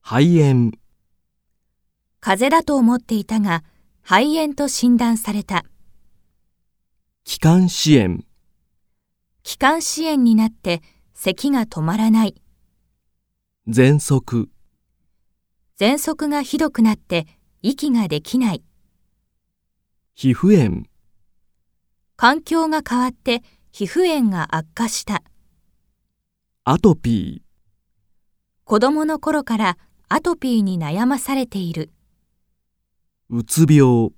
肺炎、風邪だと思っていたが、肺炎と診断された。気管支炎、気管支炎になって、咳が止まらない。喘息、喘息がひどくなって、息ができない。皮膚炎、環境が変わって、皮膚炎が悪化した。アトピー、子供の頃からアトピーに悩まされている。うつ病、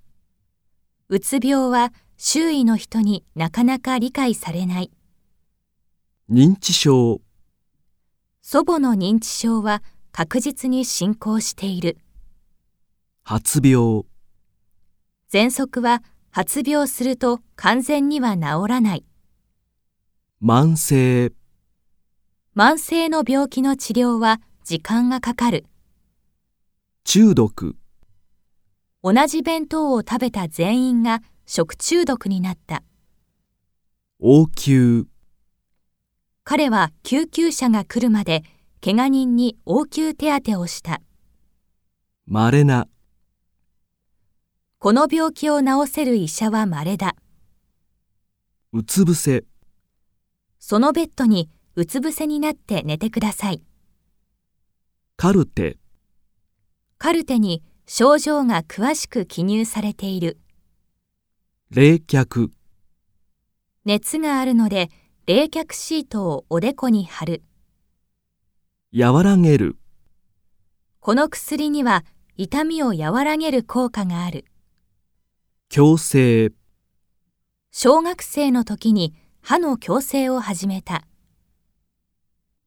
うつ病は周囲の人になかなか理解されない。認知症、祖母の認知症は確実に進行している。発病、喘息は発病すると完全には治らない。慢性、慢性の病気の治療は時間がかかる。中毒、同じ弁当を食べた全員が食中毒になった。応急、彼は救急車が来るまで怪我人に応急手当てをした。稀な、この病気を治せる医者は稀だ。うつ伏せ、そのベッドにうつ伏せになって寝てください。カルテ、カルテに症状が詳しく記入されている。冷却、熱があるので冷却シートをおでこに貼る。和らげる、この薬には痛みを和らげる効果がある。矯正、小学生の時に歯の矯正を始めた。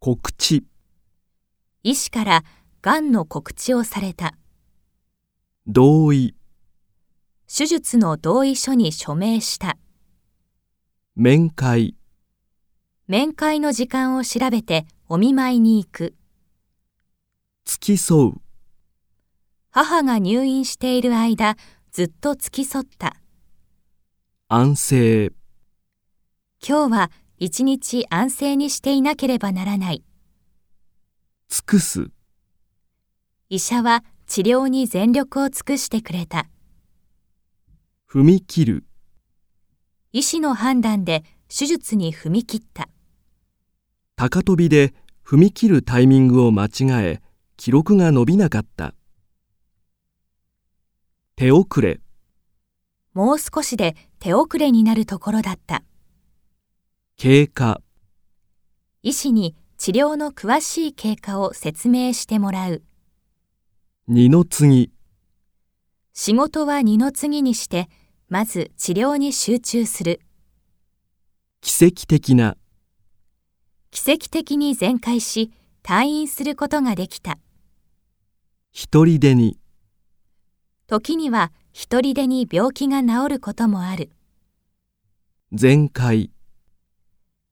告知、医師から癌の告知をされた。同意、手術の同意書に署名した。面会、面会の時間を調べてお見舞いに行く。付き添う、母が入院している間、ずっと付き添った。安静、今日は一日安静にしていなければならない。尽くす、医者は治療に全力を尽くしてくれた。踏み切る、医師の判断で手術に踏み切った。高飛びで踏み切るタイミングを間違え記録が伸びなかった手遅れもう少しで手遅れになるところだった。経過医師に治療の詳しい経過を説明してもらう。二の次仕事は二の次にして、まず治療に集中する。奇跡的な奇跡的に全開し、退院することができた。一人でに時には一人でに病気が治ることもある。全開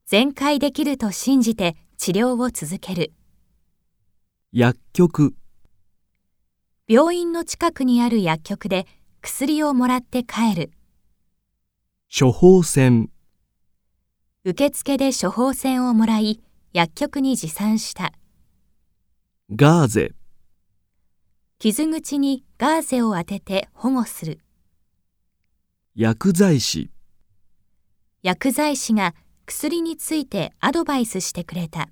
全開できると信じて治療を続ける。薬局病院の近くにある薬局で薬をもらって帰る。処方箋受付で処方箋をもらい、薬局に持参した。ガーゼ傷口にガーゼを当てて保護する。薬剤師薬剤師が薬についてアドバイスしてくれた。